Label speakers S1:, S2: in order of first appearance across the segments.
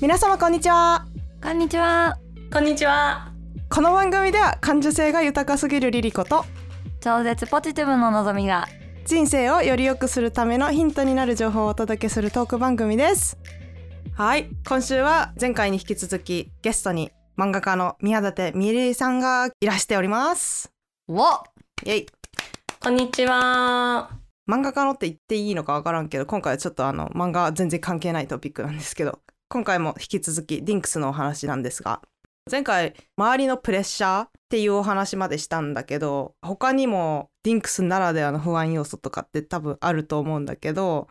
S1: 皆様こんにちは
S2: こんにちは
S3: こんにちは。
S1: この番組では感受性が豊かすぎるリリコと
S2: 超絶ポジティブの望みが
S1: 人生をより良くするためのヒントになる情報をお届けするトーク番組ですはい今週は前回に引き続きゲストに漫画家の宮舘みえりさんがいらしております
S2: お
S1: イエイ
S3: こんにちは。
S1: 漫画家のって言っていいのかわからんけど今回はちょっとあの漫画は全然関係ないトピックなんですけど今回も引き続きディンクスのお話なんですが前回周りのプレッシャーっていうお話までしたんだけど他にもディンクスならではの不安要素とかって多分あると思うんだけど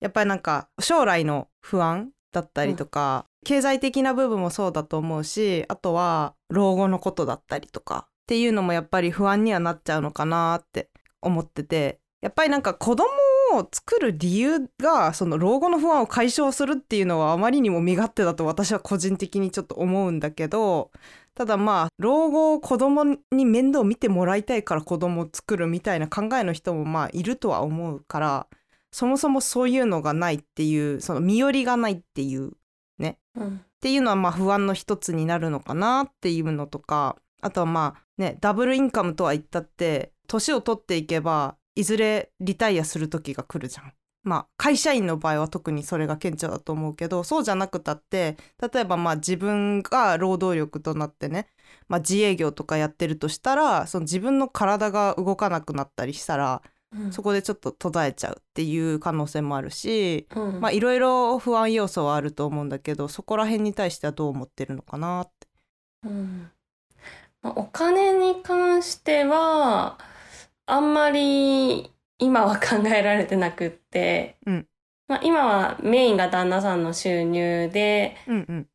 S1: やっぱりなんか将来の不安だったりとか、経済的な部分もそうだと思うしあとは老後のことだったりとかっていうのもやっぱり不安にはなっちゃうのかなって思っててやっぱりなんか子供を作る理由がその老後の不安を解消するっていうのはあまりにも身勝手だと私は個人的にちょっと思うんだけどただまあ老後を子供に面倒を見てもらいたいから子供を作るみたいな考えの人もまあいるとは思うからそもそもそういうのがないっていうその身寄りがないっていう
S3: うん。
S1: っていうのはまあ不安の一つになるのかなっていうのとかあとはまあねダブルインカムとは言ったって年を取っていけばいずれリタイアする時が来るじゃん。まあ会社員の場合は特にそれが顕著だと思うけどそうじゃなくたって例えばまあ自分が労働力となってね、まあ、自営業とかやってるとしたらその自分の体が動かなくなったりしたらそこでちょっと途絶えちゃうっていう可能性もあるし
S3: うん。
S1: まあいろいろ不安要素はあると思うんだけどそこら辺に対してはどう思ってるのかなって。
S3: うんまあお金に関しては、あんまり今は考えられてなくって、
S1: うん
S3: まあ今はメインが旦那さんの収入で、
S1: うんうん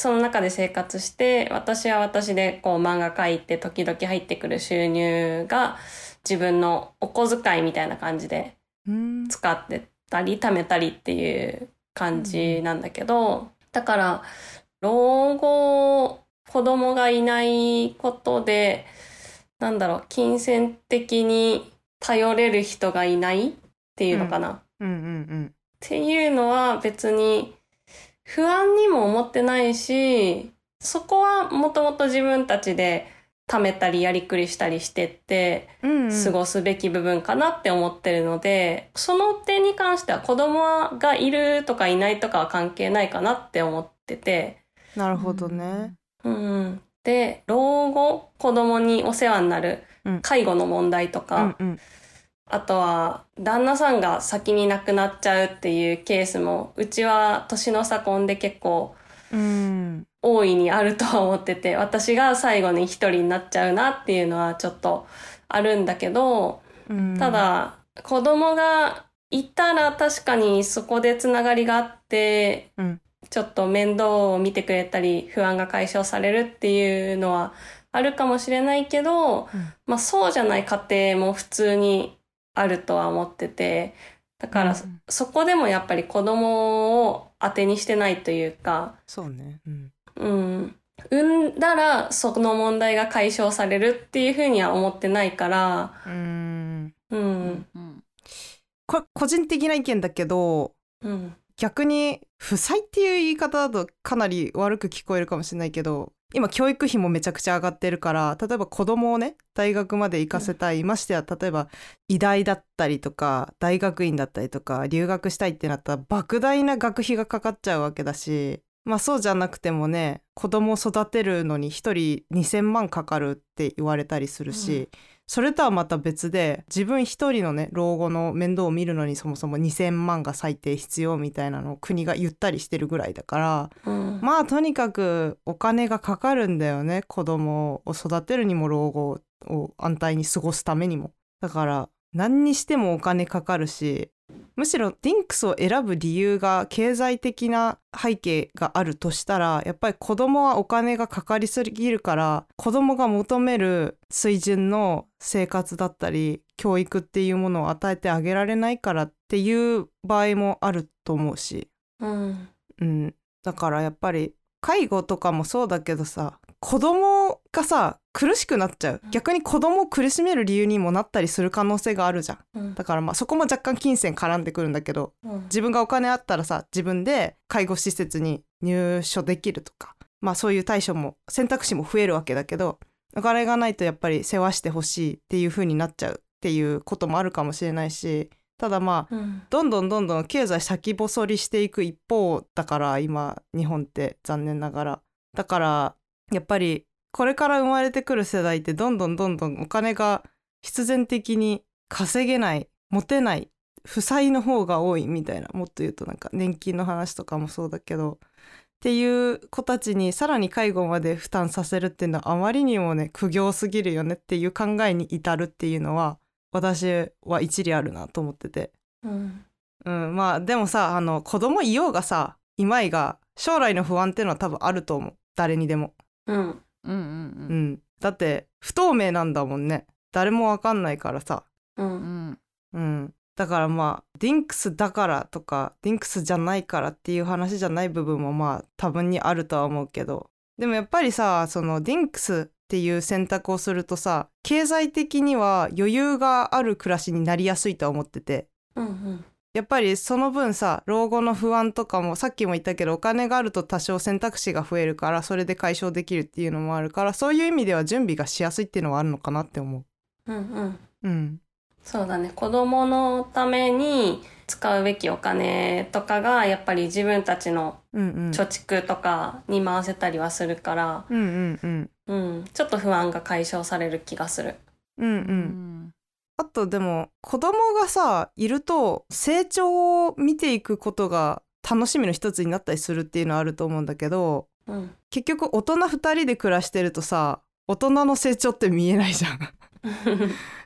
S3: その中で生活して、私は私でこう漫画描いて時々入ってくる収入が自分のお小遣いみたいな感じで
S1: うーん
S3: 使ってたり貯めたりっていう感じなんだけど、だから老後子供がいないことでなんだろう金銭的に頼れる人がいないっていうのかな、っ
S1: うんうん
S3: ていうのは別に不安にも思ってないしそこはもともと自分たちで貯めたりやりくりしたりしてって
S1: うんうんうん
S3: 過ごすべき部分かなって思ってるので、その点に関しては子供がいるとかいないとかは関係ないかなって思ってて、
S1: なるほどね。
S3: うん。で、老後、子供にお世話になる
S1: うん
S3: 介護の問題と
S1: う
S3: か、
S1: んうん
S3: あとは旦那さんが先に亡くなっちゃうっていうケースも、うちは年の差婚で結構
S1: うん
S3: 大いにあるとは思ってて、私が最後に一人になっちゃうなっていうのはちょっとあるんだけど、
S1: うん
S3: ただ、子供がいたら確かにそこでつながりがあって、
S1: うん
S3: ちょっと面倒を見てくれたり不安が解消されるっていうのはあるかもしれないけど、
S1: うん
S3: まあそうじゃない家庭も普通にあるとは思ってて、だからそ,、
S1: うん
S3: こでもやっぱり子供を当てにしてないというか、
S1: そうね。うん
S3: うん。産んだらその問題が解消されるっていうふうには思ってないから、
S1: うーん
S3: うん。
S2: うん
S1: これ個人的な意見だけど
S3: うん。
S1: 逆に負債っていう言い方だとかなり悪く聞こえるかもしれないけど今教育費もめちゃくちゃ上がってるから例えば子供をね大学まで行かせたい、ましてや例えば医大だったりとか大学院だったりとか留学したいってなったら莫大な学費がかかっちゃうわけだしまあそうじゃなくてもね子供を育てるのに1人2,000万かかるって言われたりするし、
S3: う
S1: それとはまた別で自分一人のね老後の面倒を見るのにそもそも2,000万が最低必要みたいなのを国が言ったりしてるぐらいだから
S3: うん。
S1: まあとにかくお金がかかるんだよね子供を育てるにも老後を安泰に過ごすためにも。だから何にしてもお金かかるしむしろディンクスを選ぶ理由が経済的な背景があるとしたらやっぱり子供はお金がかかりすぎるから子供が求める水準の生活だったり教育っていうものを与えてあげられないからっていう場合もあると思うし
S3: うん
S1: うん、だからやっぱり介護とかもそうだけどさ子供がさ苦しくなっちゃう逆に子供を苦しめる理由にもなったりする可能性があるじゃん
S3: うん
S1: だからまあそこも若干金銭絡んでくるんだけど
S3: うん
S1: 自分がお金あったらさ自分で介護施設に入所できるとかまあそういう対処も選択肢も増えるわけだけどお金がないとやっぱり世話してほしいっていう風になっちゃうっていうこともあるかもしれないしただまあ
S3: うん
S1: どんどんどんどん経済先細りしていく一方だから今日本って残念ながらだからやっぱりこれから生まれてくる世代ってどんどんどんどんお金が必然的に稼げない持てない負債の方が多いみたいなもっと言うとなんか年金の話とかもそうだけどっていう子たちにさらに介護まで負担させるっていうのはあまりにもね苦行すぎるよねっていう考えに至るっていうのは私は一理あるなと思ってて
S3: うん
S1: うん、まあでもさあの子供いようがさいまいが将来の不安っていうのは多分あると思う誰にでも、
S3: うん
S2: うんう
S1: うんん、だって不透明なんだもんね誰もわかんないからさ、
S3: う
S2: うんん
S1: うん、だからまあディンクスだからとかディンクスじゃないからっていう話じゃない部分もまあ多分にあるとは思うけどでもやっぱりさそのディンクスっていう選択をするとさ経済的には余裕がある暮らしになりやすいとは思ってて
S3: うん
S1: やっぱりその分さ老後の不安とかもさっきも言ったけどお金があると多少選択肢が増えるからそれで解消できるっていうのもあるからそういう意味では準備がしやすいっていうのはあるのかなって思
S3: うんうん
S1: う。うん、
S3: そうだね子供のために使うべきお金とかがやっぱり自分たちの
S1: うんうん
S3: 貯蓄とかに回せたりはするから、
S1: うんうんうん
S3: うん、ちょっと不安が解消される気がする。
S1: うんう、
S2: うんん
S1: あとでも子供がさいると成長を見ていくことが楽しみの一つになったりするっていうのはあると思うんだけど
S3: うん、
S1: 結局大人2人で暮らしてるとさ大人の成長って見えないじゃん。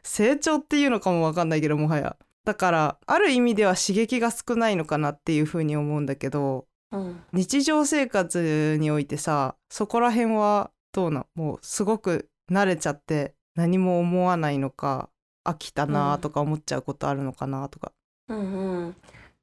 S1: 成長っていうのかもわかんないけどもはやだからある意味では刺激が少ないのかなっていうふうに思うんだけど
S3: うん、
S1: 日常生活においてさそこら辺はどうなんもうすごく慣れちゃって何も思わないのか飽きたなとか思っちゃうことあるのかなとか。
S3: うん、うん。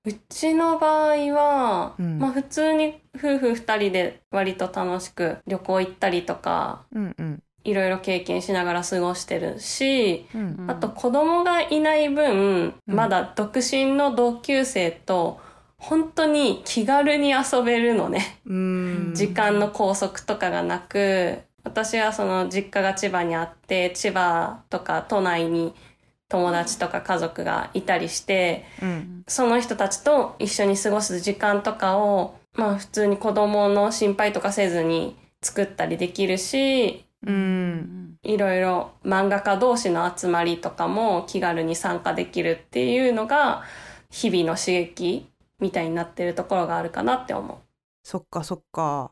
S3: うちの場合は、
S1: うん
S3: まあ普通に夫婦二人で割と楽しく旅行行ったりとか、
S1: うんうん
S3: いろいろ経験しながら過ごしてるし、
S1: う
S2: うんん
S3: あと子供がいない分、
S1: うん
S3: まだ独身の同級生と本当に気軽に遊べるのね。
S1: うーん
S3: 時間の拘束とかがなく、私はその実家が千葉にあって、千葉とか都内に友達とか家族がいたりして、
S1: うん
S3: その人たちと一緒に過ごす時間とかを、まあ普通に子供の心配とかせずに作ったりできるし、
S1: う
S2: うんん
S3: いろいろ漫画家同士の集まりとかも気軽に参加できるっていうのが、日々の刺激みたいになってるところがあるかなって思
S1: そっかそっか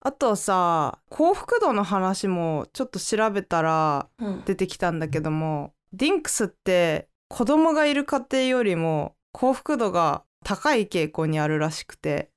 S1: あとさ幸福度の話もちょっと調べたら
S3: う。うん。
S1: 出てきたんだけどもディンクスって子供がいる家庭よりも幸福度が高い傾向にあるらしくて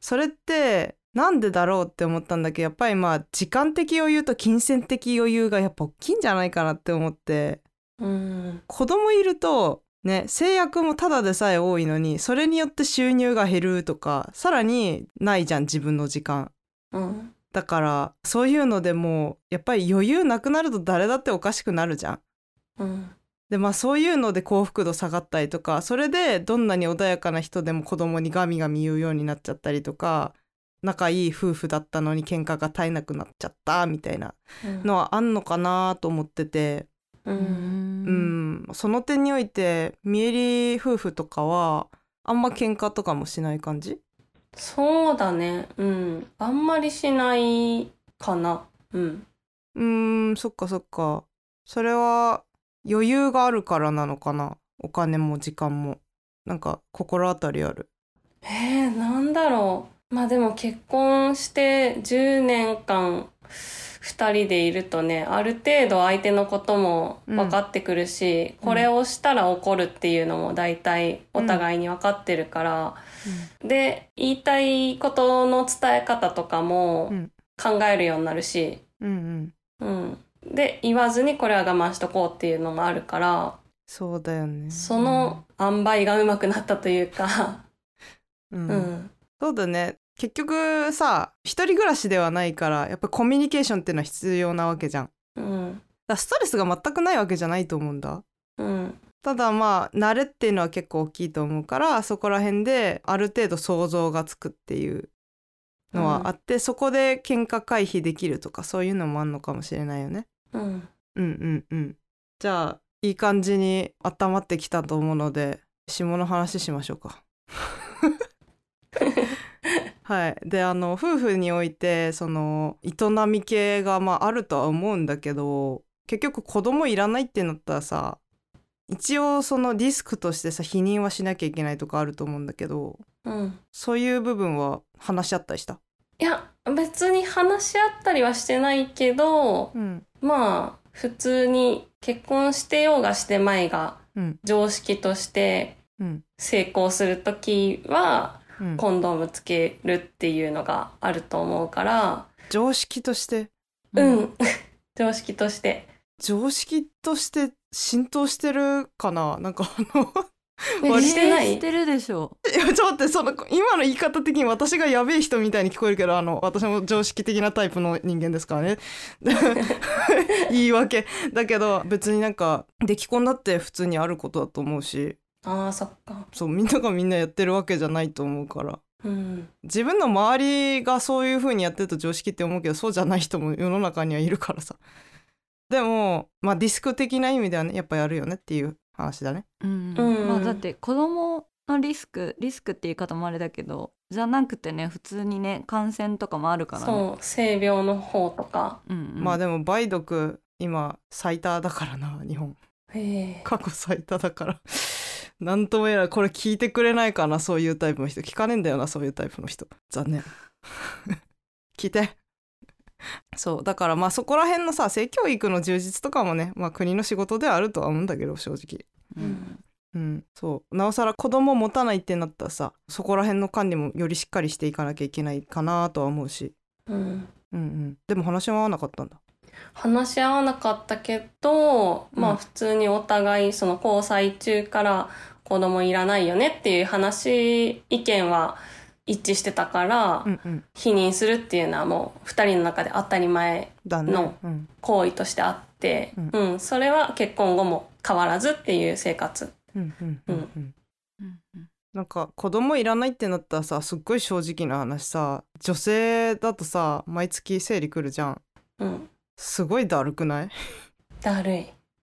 S1: それってなんでだろうって思ったんだけどやっぱりまあ時間的余裕と金銭的余裕がやっぱ大きいんじゃないかなって思って
S3: うん。
S1: 子供いるとね制約もただでさえ多いのにそれによって収入が減るとかさらにないじゃん自分の時間。
S3: うん。
S1: だからそういうのでもうやっぱり余裕なくなると誰だっておかしくなるじゃん。
S3: うん。
S1: でまあそういうので幸福度下がったりとかそれでどんなに穏やかな人でも子供にガミガミ言うようになっちゃったりとか仲いい夫婦だったのに喧嘩が絶えなくなっちゃったみたいな
S3: うん
S1: のはあんのかなと思ってて
S3: う。
S2: うん
S1: うんんその点においてミエリ夫婦とかはあんま喧嘩とかもしない感じ
S3: そうだね。うん。あんまりしないかな。うん。
S1: うーんそっかそっかそれは余裕があるからなのかなお金も時間もなんか心当たりある
S3: えー、なんだろう。まあでも結婚して10年間2人でいるとね、ある程度相手のことも分かってくるし、
S1: うん
S3: これをしたら怒るっていうのも大体お互いに分かってるから、で、言いたいことの伝え方とかも
S1: うん
S3: 考えるようになるし、
S1: うんうん
S3: うん。で、言わずにこれは我慢しとこうっていうのもあるから、
S1: そうだよね
S3: その塩梅が上手くなったというか、
S1: うん
S3: うん。
S1: そうだね結局さ一人暮らしではないからやっぱコミュニケーションっていうのは必要なわけじゃんだか
S3: うん
S1: らストレスが全くないわけじゃないと思うんだ
S3: うん
S1: ただまあ慣れっていうのは結構大きいと思うからそこら辺である程度想像がつくっていうのはあって、そこで喧嘩回避できるとかそういうのもあんのかもしれないよね
S3: うん
S1: うんうんうんじゃあいい感じに温まってきたと思うので下の話しましょう かはいであの夫婦においてその営み系がまああるとは思うんだけど結局子供いらないってなったらさ一応そのリスクとしてさ否認はしなきゃいけないとかあると思うんだけど
S3: うん
S1: そういう部分は話し合ったりした
S3: いや別に話し合ったりはしてないけど
S1: うん
S3: まあ普通に結婚してようがしてまいが
S1: うん
S3: 常識として
S1: うん
S3: 成功する時は
S1: うん
S3: コンドームつけるっていうのがあると思うから
S1: 常識として
S3: うん、 常識として
S1: 常識として浸透してるかななんかあの
S3: ね
S1: 割り
S3: してな
S2: えー
S3: い
S2: してるでしょ
S1: いやちょっと待ってその今の言い方的に私がやべえ人みたいに聞こえるけどあの私も常識的なタイプの人間ですからね言い訳だけど別になんか出来婚だって普通にあることだと思うし
S3: あーそっか
S1: そうみんながみんなやってるわけじゃないと思うから
S3: うん
S1: 自分の周りがそういう風にやってると常識って思うけどそうじゃない人も世の中にはいるからさでもまあディスク的な意味ではねやっぱやるよねっていう話だね
S2: うん
S3: うん
S2: まあ、だって子供のリスクリスクって言い方もあれだけどじゃなくてね普通にね感染とかもあるからね
S3: そう性病の方とか
S2: う、んうん、
S1: まあでも梅毒今最多だからな日本
S3: へえ
S1: 過去最多だからなんとも言えないこれ聞いてくれないかなそういうタイプの人聞かねえんだよなそういうタイプの人残念 聞いてそうだからまあそこら辺のさ性教育の充実とかもね、まあ、国の仕事ではあるとは思うんだけど正直
S2: うん
S1: うんそうなおさら子供持たないってなったらさそこら辺の管理もよりしっかりしていかなきゃいけないかなとは思うし
S3: うん
S1: うんうんでも話は合わなかったんだ
S3: 話し合わなかったけど、ま
S1: うん
S3: あ普通にお互いその交際中から子供いらないよねっていう話意見は一致してたから、
S1: うんうん
S3: 否認するっていうのはもう二人の中で当たり前
S1: だね、
S3: の
S1: うん、
S3: 行為としてあって、
S1: うん
S3: うんそれは結婚後も変わらずっていう生活
S1: うんうんうんうん
S2: うんうん
S1: なんか子供いらないってなったらさすっごい正直な話さ女性だとさ毎月生理来るじゃん
S3: うん
S1: すごいだるくない
S3: だるい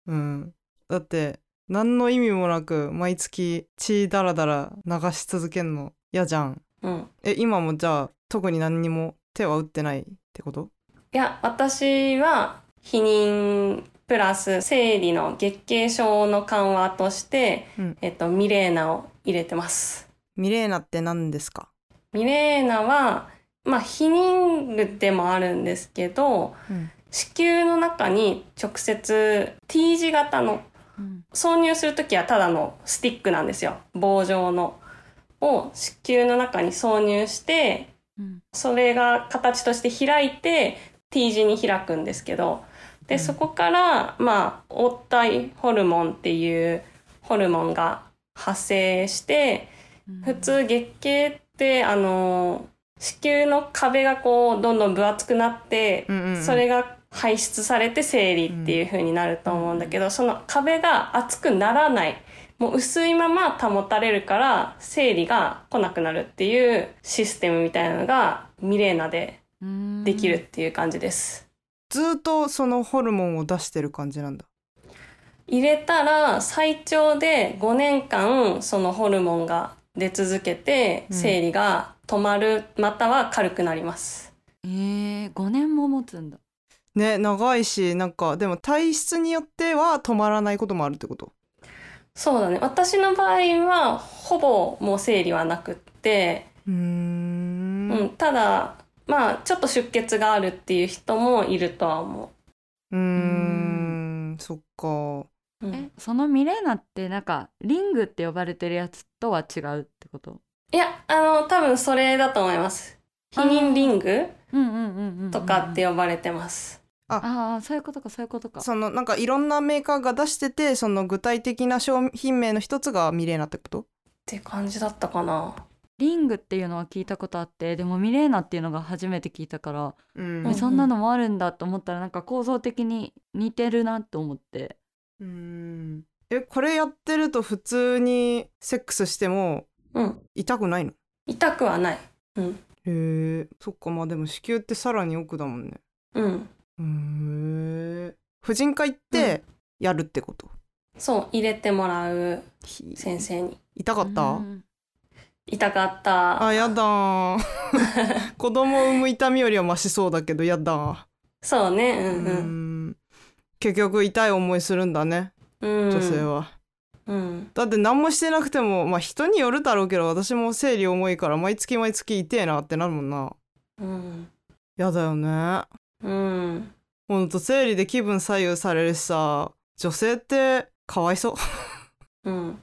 S1: うんだって何の意味もなく毎月血だらだら流し続けんの嫌じゃん
S3: うん
S1: え今もじゃあ特に何にも手は打ってないってこと
S3: いや私は避妊プラス生理の月経症の緩和として、
S1: うん
S3: えっと、ミレーナを入れてます
S1: ミレーナって何ですか
S3: ミレーナは、まあ、避妊具でもあるんですけど
S1: うん
S3: 子宮の中に直接 T 字型の
S2: うん
S3: 挿入するときはただのスティックなんですよ棒状のを子宮の中に挿入して
S2: うん
S3: それが形として開いて T 字に開くんですけどで、
S1: うん
S3: そこからまあ黄体ホルモンっていうホルモンが発生して
S2: うん
S3: 普通月経ってあの子宮の壁がこうどんどん分厚くなって
S1: うんうんうん
S3: それが排出されて生理っていう風になると思うんだけど、その壁が厚くならないもう薄いまま保たれるから生理が来なくなるっていうシステムみたいなのがミレーナで
S2: うん
S3: できるっていう感じです。
S1: ずーっとそのホルモンを出してる感じなんだ
S3: 入れたら最長で5年間そのホルモンが出続けて
S1: うん
S3: 生理が止まるまたは軽くなります。
S2: えー、5年も持つんだ
S1: ね長いしなんかでも体質によっては止まらないこともあるってこと
S3: そうだね私の場合はほぼもう生理はなくって
S1: うーん
S3: うん、ただまあちょっと出血があるっていう人もいるとは思
S1: うーんそっか
S3: う、うん
S2: えそのミレーナってなんかリングって呼ばれてるやつとは違うってこと
S3: いやあの多分それだと思います避妊リング
S2: うんうんうんうんうん
S3: とかって呼ばれてます、
S2: ああそういうことかそういうことか
S1: そのなんかいろんなメーカーが出しててその具体的な商品名の一つがミレーナってこと
S3: って感じだったかな
S2: リングっていうのは聞いたことあってでもミレーナっていうのが初めて聞いたから、
S1: う
S2: え
S1: ん
S2: そんなのもあるんだと思ったらなんか構造的に似てるなと思って
S1: うんえこれやってると普通にセックスしても
S3: うん。
S1: 痛くないの
S3: 痛くはない。うん。
S1: へえそっかまあでも子宮ってさらに奥だもんね
S3: うん。
S1: へえ婦人科行ってやるってこと、
S3: そう、入れてもらう
S1: ひ
S3: 先生に。
S1: 痛かった、
S2: うん
S3: 痛かった。
S1: あやだー 子供を産む痛みよりはマシそうだけどやだー
S3: そうね。うんう。
S1: うんん結局痛い思いするんだね
S3: うん。
S1: 女性は、
S3: うん。
S1: だって何もしてなくてもまあ人によるだろうけど私も生理重いから毎月毎月痛えなってなるもんな
S3: うん。
S1: やだよね
S3: うん。
S1: ほんと生理で気分左右されるしさ女性ってかわいそう
S3: うん。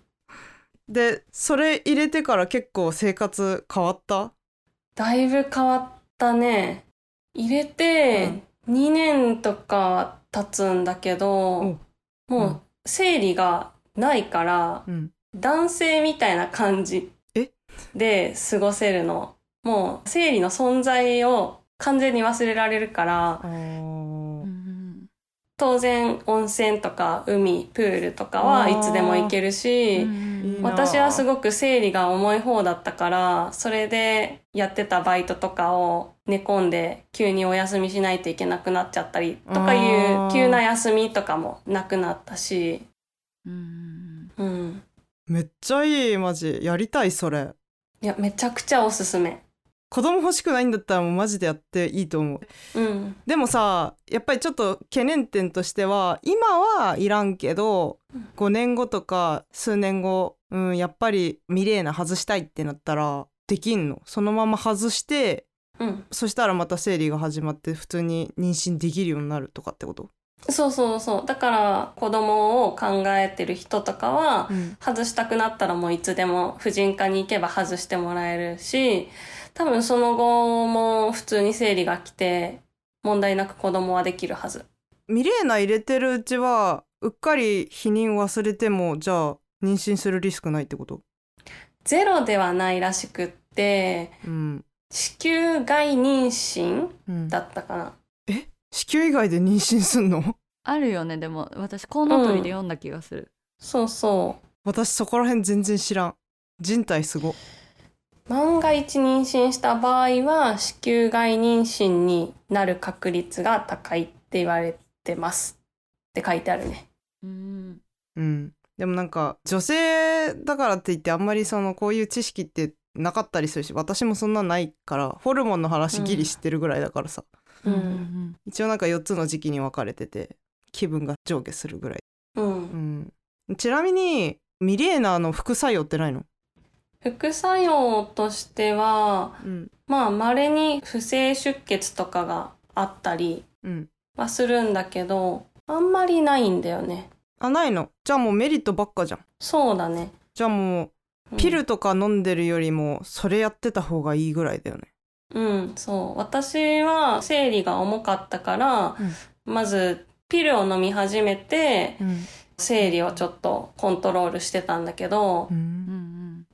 S1: でそれ入れてから結構生活変わった
S3: だいぶ変わったね。入れて2年とか経つんだけど
S1: お、
S3: も
S1: うん
S3: う生理がないから、
S1: うん
S3: 男性みたいな感じ
S1: え
S3: で過ごせるの。もう生理の存在を完全に忘れられるから
S1: あ、ー
S2: うん
S3: 当然温泉とか海、プールとか
S1: あ
S3: は
S1: ー
S3: いつでも行ける
S2: う
S3: し、
S1: いい
S2: ん
S1: な
S3: 私はすごく生理が重い方だったからそれでやってたバイトとかを寝込んで急にお休みしないといけなくなっちゃったりとか
S1: あ
S3: い
S1: ー
S3: う急な休みとかもなくなったし、
S2: うん
S3: うん、
S1: めっちゃいいマジやりたいそれ
S3: いやめちゃくちゃおすすめ。
S1: 子供欲しくないんだったらもうマジでやっていいと思う
S3: うん
S1: でもさやっぱりちょっと懸念点としては今はいらんけど
S3: うん
S1: 5年後とか数年後、うん、やっぱりミレーナ外したいってなったらできんのそのまま外して
S3: うん、
S1: そしたらまた生理が始まって普通に妊娠できるようになるとかってこと、
S3: そうそうそうだから子供を考えてる人とかは外したくなったらもういつでも婦人科に行けば外してもらえるし多分その後も普通に生理が来て問題なく子供はできるはず
S1: ミレーナ入れてるうちはうっかり避妊忘れてもじゃあ妊娠するリスクないってこと、
S3: ゼロではないらしくって
S1: うん
S3: 子宮外妊娠
S1: うん、
S3: だったかな
S1: 子宮以外で妊娠すんの
S2: あるよねでも私コウノトリで読んだ気がする、
S3: そうそ
S1: 私そこら辺全然知らん人体すご
S3: う万が一妊娠した場合は子宮外妊娠になる確率が高いって言われてますって書いてあるね
S2: うん
S1: うん、でもなんか女性だからって言ってあんまりそのこういう知識ってなかったりするし私もそんなないからホルモンの話ギリ知ってるぐらいだからさ、
S3: う
S2: うんん
S1: 一応なんか4つの時期に分かれてて気分が上下するぐらい、
S3: うん
S1: うん、ちなみにミレーナの副作用ってないの、
S3: 副作用としては
S1: うん
S3: まあ稀に不正出血とかがあったり
S1: うん、
S3: はするんだけどあんまりないんだよね
S1: あないのじゃあもうメリットばっかじゃん
S3: そうだね、
S1: じゃあも
S3: う
S1: うんピルとか飲んでるよりもそれやってた方がいいぐらいだよね
S3: うん、そう。私は生理が重かったから、まずピルを飲み始めて、
S1: うん、
S3: 生理をちょっとコントロールしてたんだけど、
S2: うんうん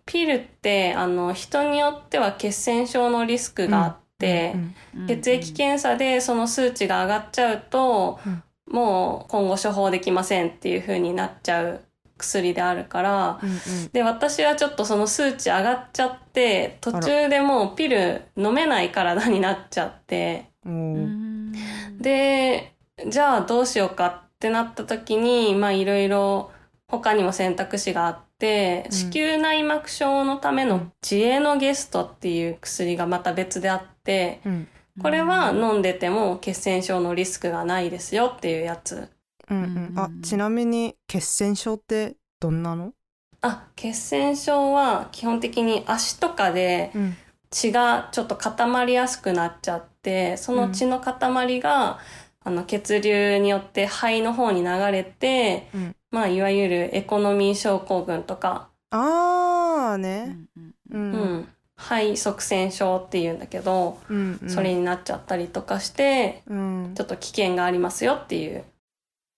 S3: ピルって、あの、人によっては血栓症のリスクがあって、
S1: うん
S2: うん
S3: 血液検査でその数値が上がっちゃうと、
S1: うん
S3: もう今後処方できませんっていう風になっちゃう薬であるから、
S1: うん
S3: で、私はちょっとその数値上がっちゃって、途中でもうピル飲めない体になっちゃって、
S1: うん
S2: う
S1: おー
S2: ん
S3: で、じゃあどうしようかってなった時に、まあいろいろ他にも選択肢があって、
S1: ん
S3: 子宮内膜症のための自営のゲストっていう薬がまた別であって、
S1: うん
S3: これは飲んでても血栓症のリスクがないですよっていうやつ。
S1: うん
S2: うん
S1: う、
S2: うんん
S1: あちなみに血栓症ってどんなの、
S3: あ、血栓症は基本的に足とかで
S1: うん
S3: 血がちょっと固まりやすくなっちゃってその血の塊が、あの血流によって肺の方に流れて、
S1: うん
S3: まあいわゆるエコノミー症候群とか、
S1: あー
S2: う
S1: ね、
S2: んうん
S1: う
S3: うんん肺塞栓症っていうんだけど、
S1: うんうん
S3: それになっちゃったりとかして
S1: うん
S3: ちょ、っと危険がありますよっていう。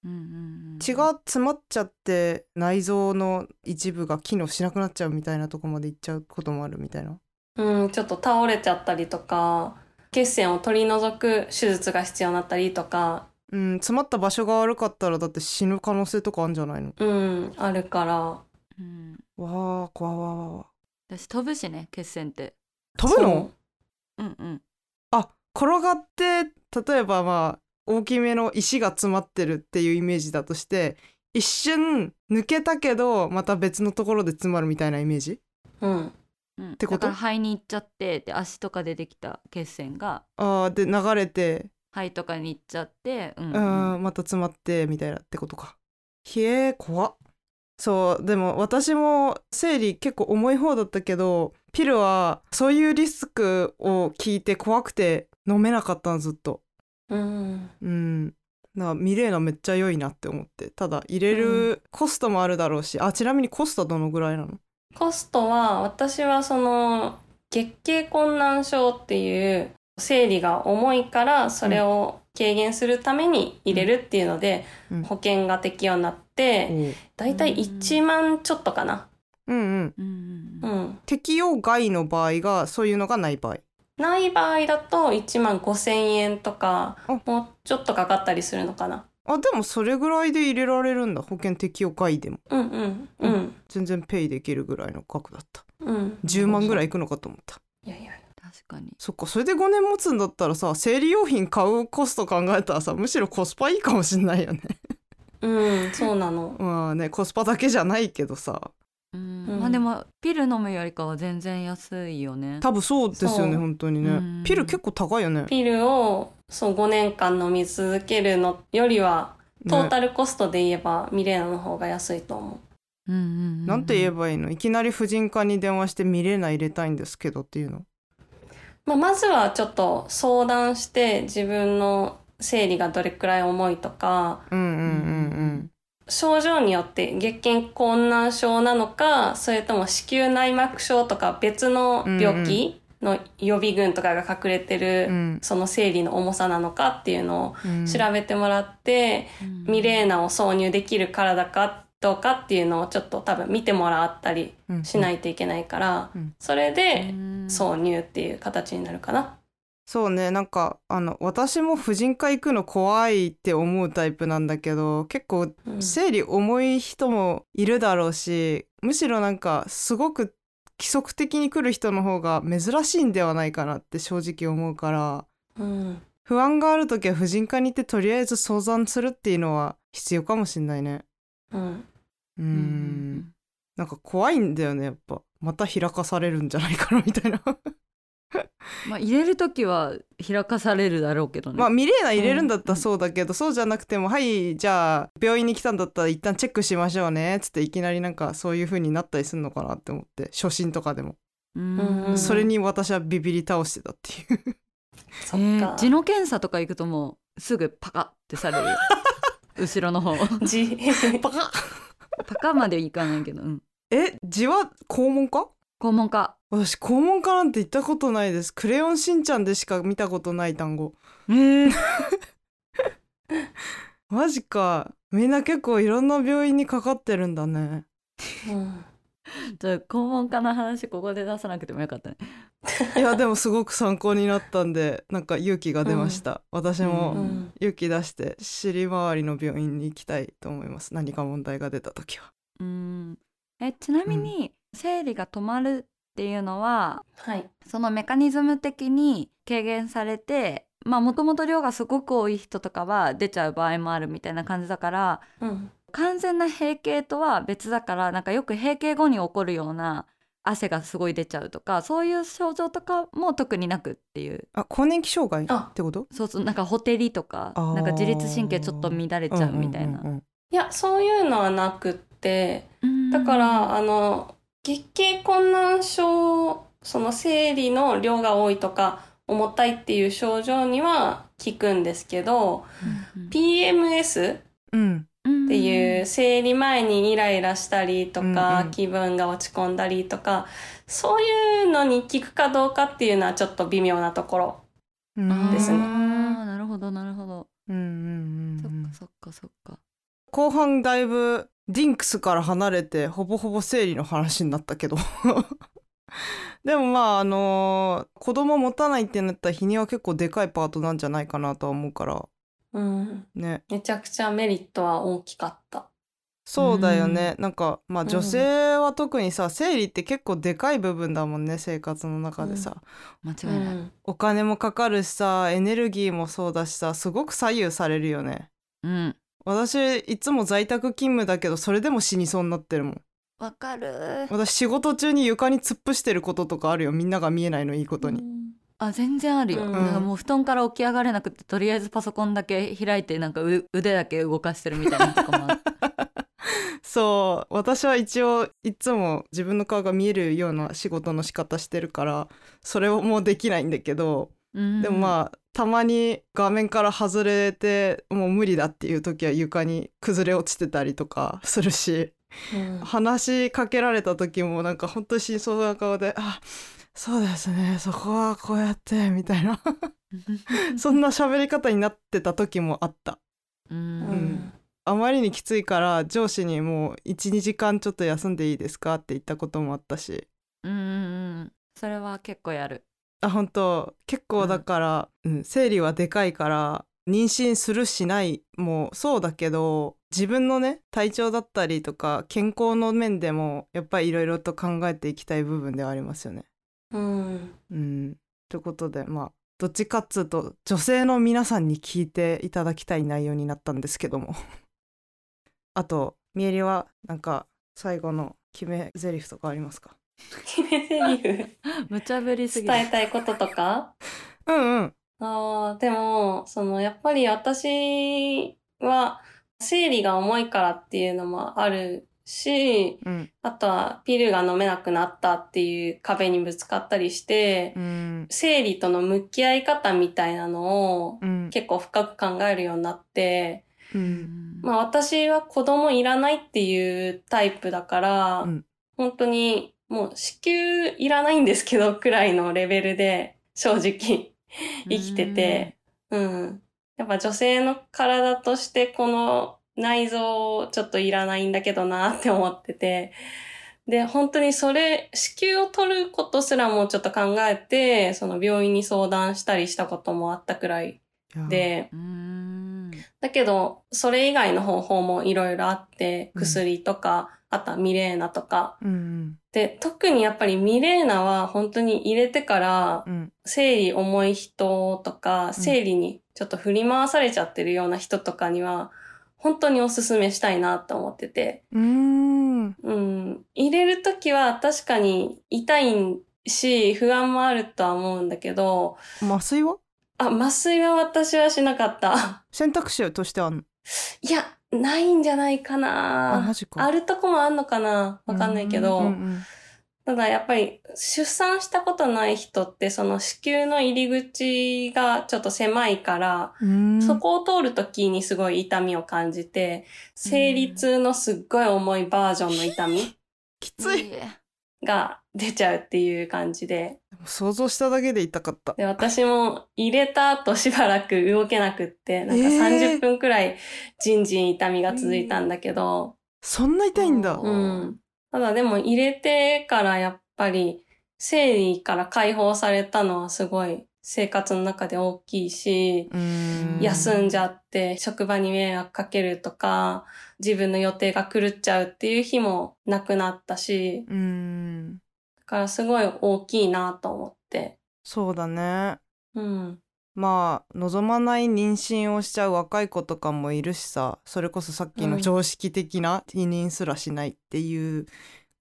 S2: うんうんうん
S1: 血が詰まっちゃって内臓の一部が機能しなくなっちゃうみたいなとこまでいっちゃうこともあるみたいな
S3: うん、ちょっと倒れちゃったりとか、血栓を取り除く手術が必要になったりとか、
S1: うん、詰まった場所が悪かったらだって死ぬ可能性とかあるんじゃないの
S3: うん、あるから。
S2: うん、
S1: わあ怖わわわ
S2: 私飛ぶしね血栓って
S1: 飛ぶの
S2: うんうん
S1: あ転がって例えばまあ大きめの石が詰まってるっていうイメージだとして一瞬抜けたけどまた別のところで詰まるみたいなイメージ
S3: そううん。
S2: うん、
S1: てこと
S2: だから肺に行っちゃってで足とかでできた血栓が
S1: あーで流れて
S2: 肺とかに行っちゃってうん、
S1: う
S2: うん
S1: んまた詰まってみたいなってことかひえ怖っそうでも私も生理結構重い方だったけどピルはそういうリスクを聞いて怖くて飲めなかったのずっと
S3: うん。
S1: うん、なミレーナめっちゃ良いなって思ってただ入れるコストもあるだろうし、あちなみにコストどのぐらいなの
S3: コストは、私はその、月経困難症っていう、生理が重いから、それを軽減するために入れるっていうので、
S1: うん
S3: 保険が適用になって、だいたい1万ちょっとかな。
S1: うんうん
S2: うん
S3: う
S2: うん
S3: ん。
S1: 適用外の場合がそういうのがない場合
S3: ない場合だと1万5千円とか
S1: あ、
S3: もうちょっとかかったりするのかな。
S1: あでもそれぐらいで入れられるんだ保険適用外でも
S3: うんうん、うん、
S1: 全然ペイできるぐらいの額だった
S3: うん。
S1: 10万ぐらいいくのかと思った
S3: いやいや。
S2: 確かに
S1: そっかそれで5年持つんだったらさ生理用品買うコスト考えたらさむしろコスパいいかもしんないよね
S3: うん、そうなの。
S1: まあねコスパだけじゃないけどさ
S2: うん、
S3: うん
S2: まあでもピル飲むよりかは全然安いよね
S1: 多分そうですよね
S3: そう
S1: 本当に
S2: う
S1: ね
S2: ん
S1: ピル結構高いよね
S3: ピルをそう5年間飲み続けるのよりは、トー
S1: ね
S3: タルコストで言えばミレーナの方が安いと思
S2: うんうんうんうん
S1: なんて言えばいいのいきなり婦人科に電話して見れない入れたいんですけどっていうの
S3: う。まあ、まずはちょっと相談して自分の生理がどれくらい重いとか、
S1: うんうん
S3: 症状によって月経困難症なのか、それとも子宮内膜症とか別の病気の予備群とかが隠れて
S1: うんうんう
S3: る、
S1: ん
S3: その生理の重さなのかっていうのを
S1: うん
S3: 調べてもらって、
S2: うん
S3: ミレーナを挿入できる体かどうかっていうのをちょっと多分見てもらったりしないいといけないから
S1: うん、
S3: それで
S2: うん
S3: 挿入っていう形になるかな。
S1: そうねなんかあの私も婦人科行くの怖いって思うタイプなんだけど結構
S3: うん
S1: 生理重い人もいるだろうしむしろなんかすごく規則的に来る人の方が珍しいんではないかなって正直思うから
S3: うん
S1: 不安がある時は婦人科に行ってとりあえず相談するっていうのは必要かもしんないね。
S3: う
S1: う
S3: ん
S2: うんうん
S1: んなんか怖いんだよねやっぱまた開かされるんじゃないかなみたい な
S2: うんまあ入れる時は開かされるだろうけどね、
S1: まあミレーナ入れるんだったらそうだけど、そうじゃなくても「はいじゃあ病院に来たんだったら一旦チェックしましょうね」つっていきなりなんかそういう風になったりするのかなって思って初心とかでも、
S2: うん
S3: うん
S1: それに私はビビり倒してたっていう
S3: そっ
S2: え
S3: か
S2: ー。地の検査とか行くともうすぐパカってさ れるよ後ろの方
S3: 地
S1: バカ
S2: パカまで行かないけど、うん、
S1: え字は肛門か
S2: 肛門科
S1: 私肛門科なんて行ったことないですクレヨンしんちゃんでしか見たことない単語
S2: えー、
S1: マジかみんな結構いろんな病院にかかってるんだね
S3: うん
S2: じゃあ肛門科の話ここで出さなくてもよかったね
S1: いやでもすごく参考になったんでなんか勇気が出ました、私
S3: う
S1: も
S3: ん
S1: 勇気出して尻周りの病院に行きたいと思います何か問題が出た時は
S2: うんえちなみに生理が止まるっていうのは
S3: はい。
S2: そのメカニズム的に軽減されてまあもともと量がすごく多い人とかは出ちゃう場合もあるみたいな感じだから
S3: うん
S2: 完全な閉経とは別だからなんかよく閉経後に起こるような汗がすごい出ちゃうとかそういう症状とかも特になくっていう
S1: あ更年期障害
S3: あ
S1: ってこと
S2: そうそうなんかほてりとか
S1: あー
S2: なんか自律神経ちょっと乱れちゃうみたいな
S1: うんうんうん
S3: いや、そういうのはなくって、
S2: うん
S3: だから、あの、月経困難症、その生理の量が多いとか、重たいっていう症状には効くんですけど、
S2: うん
S3: PMS っ
S1: うん
S2: うん
S3: ていう生理前にイライラしたりと
S1: うんう
S3: か
S1: ん、
S3: 気分が落ち込んだりとか、そういうのに効くかどうかっていうのはちょっと微妙なところ。
S1: うん
S3: ですね
S2: あーなるほどなるほど、
S1: うんうんうんうん
S2: そっかそっか
S1: 後半だいぶディンクスから離れてほぼほぼ生理の話になったけど でもまああのー子供持たないってなったら日には結構でかいパートなんじゃないかなとは思うから
S3: うん。
S1: ね
S3: めちゃくちゃメリットは大きかった。
S1: そうだよね、なんかまあ
S3: ん
S1: 女性は特にさ生理って結構でかい部分だもんね生活の中でさ、
S2: 間違
S3: う
S2: いない。
S3: ん。
S1: お金もかかるしさエネルギーもそうだしさすごく左右されるよね
S2: うん。
S1: 私いつも在宅勤務だけどそれでも死にそうになってるもん
S2: わかる。
S1: 私仕事中に床に突っ伏してることとかあるよみんなが見えないのいいことに、
S2: あ、全然あるよ。
S3: うん
S2: なんかもう布団から起き上がれなくて、とりあえずパソコンだけ開いて、なんかう腕だけ動かしてるみたいなのとかもある。
S1: そう私は一応いつも自分の顔が見えるような仕事の仕方してるからそれをもうできないんだけど
S2: うん
S1: でもまあたまに画面から外れてもう無理だっていう時は床に崩れ落ちてたりとかするし
S3: うん
S1: 話しかけられた時もなんか本当に真相な顔で「あそうですねそこはこうやって」みたいなそんな喋り方になってた時もあった。
S3: う
S2: う
S3: ん
S2: ん。
S1: んあまりにきついから上司にもう12時間ちょっと休んでいいですかって言ったこともあったし
S2: うんうんうん。それは結構やる。
S1: あ本当結構だから、うん生理はでかいから妊娠するしないもそうだけど自分のね体調だったりとか健康の面でもやっぱりいろいろと考えていきたい部分ではありますよね。
S3: うん。
S1: うん、ということでまあどっちかっつうと女性の皆さんに聞いていただきたい内容になったんですけども あとみえりはなんか最後の決め台詞とかありますか
S3: 決め台詞伝
S2: 無茶ぶりす
S3: え
S2: ぎる。
S3: たいこととか
S1: うんうん
S3: ああ、でも、その、やっぱり私は、生理が重いからっていうのもあるし、
S1: うん
S3: あとは、ピルが飲めなくなったっていう壁にぶつかったりして、
S1: うん
S3: 生理との向き合い方みたいなのを、
S1: うん
S3: 結構深く考えるようになって、
S1: う
S2: うんん
S3: まあ私は子供いらないっていうタイプだから、
S1: うん
S3: 本当にもう子宮いらないんですけどくらいのレベルで正直生きてて、うん。やっぱ女性の体としてこの内臓ちょっといらないんだけどなって思ってて、で、本当にそれ、子宮を取ることすらもうちょっと考えて、その病院に相談したりしたこともあったくらい
S1: いや
S3: で、
S2: うん。
S3: だけど、それ以外の方法もいろいろあって、
S1: うん
S3: 薬とか、あとはミレーナとか。
S1: うん
S3: で、特にやっぱりミレーナは本当に入れてから
S1: う、ん
S3: 生理重い人とか、生理にちょっと振り回されちゃってるような人とかには、本当におすすめしたいなと思ってて。
S1: うんうん
S3: うん。入れるときは確かに痛いし、不安もあるとは思うんだけど、
S1: 麻酔は
S3: あ、麻酔は私はしなかった。
S1: 選択肢としてはあんの
S3: いや、ないんじゃないかな
S1: あマジか
S3: あるとこもあんのかなわかんないけ
S1: う
S3: ど。
S1: ん
S3: ただやっぱり出産したことない人ってその子宮の入り口がちょっと狭いから、
S1: うん
S3: そこを通るときにすごい痛みを感じて、生理痛のすっごい重いバージョンの痛み
S1: きつい
S2: え。
S3: が出ちゃうっていう感じで。
S1: 想像しただけで痛かった
S3: で、私も入れた後しばらく動けなくって、なんか
S1: えー
S3: 30分くらいじんじん痛みが続いたんだけど、
S1: そんな痛いんだ
S2: う
S3: うん。ただでも入れてからやっぱり生理から解放されたのはすごい生活の中で大きいし、
S1: うん
S3: 休んじゃって職場に迷惑かけるとか、自分の予定が狂っちゃうっていう日もなくなったし、
S1: うん
S3: だからすごい大きいなと思って。
S1: そうだね
S3: うん。
S1: まあ望まない妊娠をしちゃう若い子とかもいるしさそれこそさっき
S3: う
S1: の
S3: ん
S1: 常識的な避妊すらしないっていう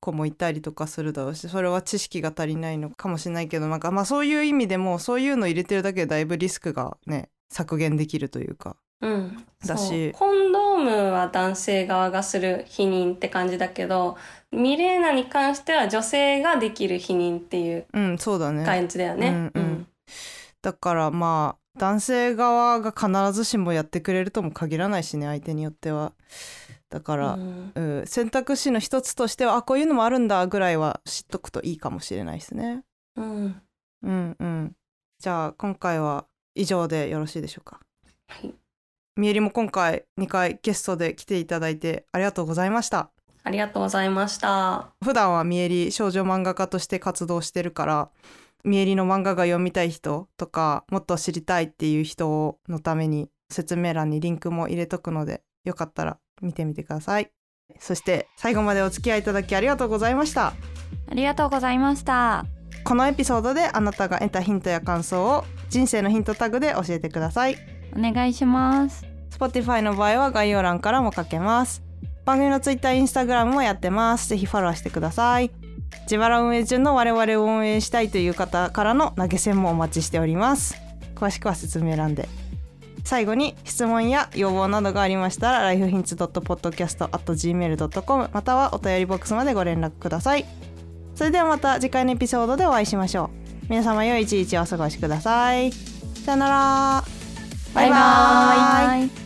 S1: 子もいたりとかするだろうしそれは知識が足りないのかもしれないけどなんかまあそういう意味でもそういうの入れてるだけでだいぶリスクがね削減できるというか。
S3: うん。
S1: だし
S3: そうコンドームは男性側がする避妊って感じだけど、ミレーナに関しては女性ができる避妊っていう
S1: うんそうだね、
S3: 感じだよね。
S1: うんうんだからまあ男性側が必ずしもやってくれるとも限らないしね相手によっては。だか
S3: う
S1: ら、
S3: ん
S1: うん、選択肢の一つとしてはあこういうのもあるんだぐらいは知っとくといいかもしれないですね。
S3: うん
S1: うんうん。じゃあ今回は以上でよろしいでしょうか。
S3: はい
S1: みえりも今回2回ゲストで来ていただいてありがとうございました。
S3: ありがとうございました。
S1: 普段はミエリ少女漫画家として活動してるからミエリの漫画が読みたい人とかもっと知りたいっていう人のために説明欄にリンクも入れとくのでよかったら見てみてくださいそして最後までお付き合いいただきありがとうございました
S2: ありがとうございました
S1: このエピソードであなたが得たヒントや感想を人生のヒントタグで教えてください
S2: お願いします
S1: Spotify の場合は概要欄からも書けます番組の Twitter、Instagram もやってますぜひフォローしてください自腹運営中の我々を運営したいという方からの投げ銭もお待ちしております詳しくは説明欄で最後に質問や要望などがありましたら lifehints.podcast.gmail.com またはお便りボックスまでご連絡くださいそれではまた次回のエピソードでお会いしましょう皆様良い一日をお過ごしくださいさよなら
S3: バイバーイ
S2: イ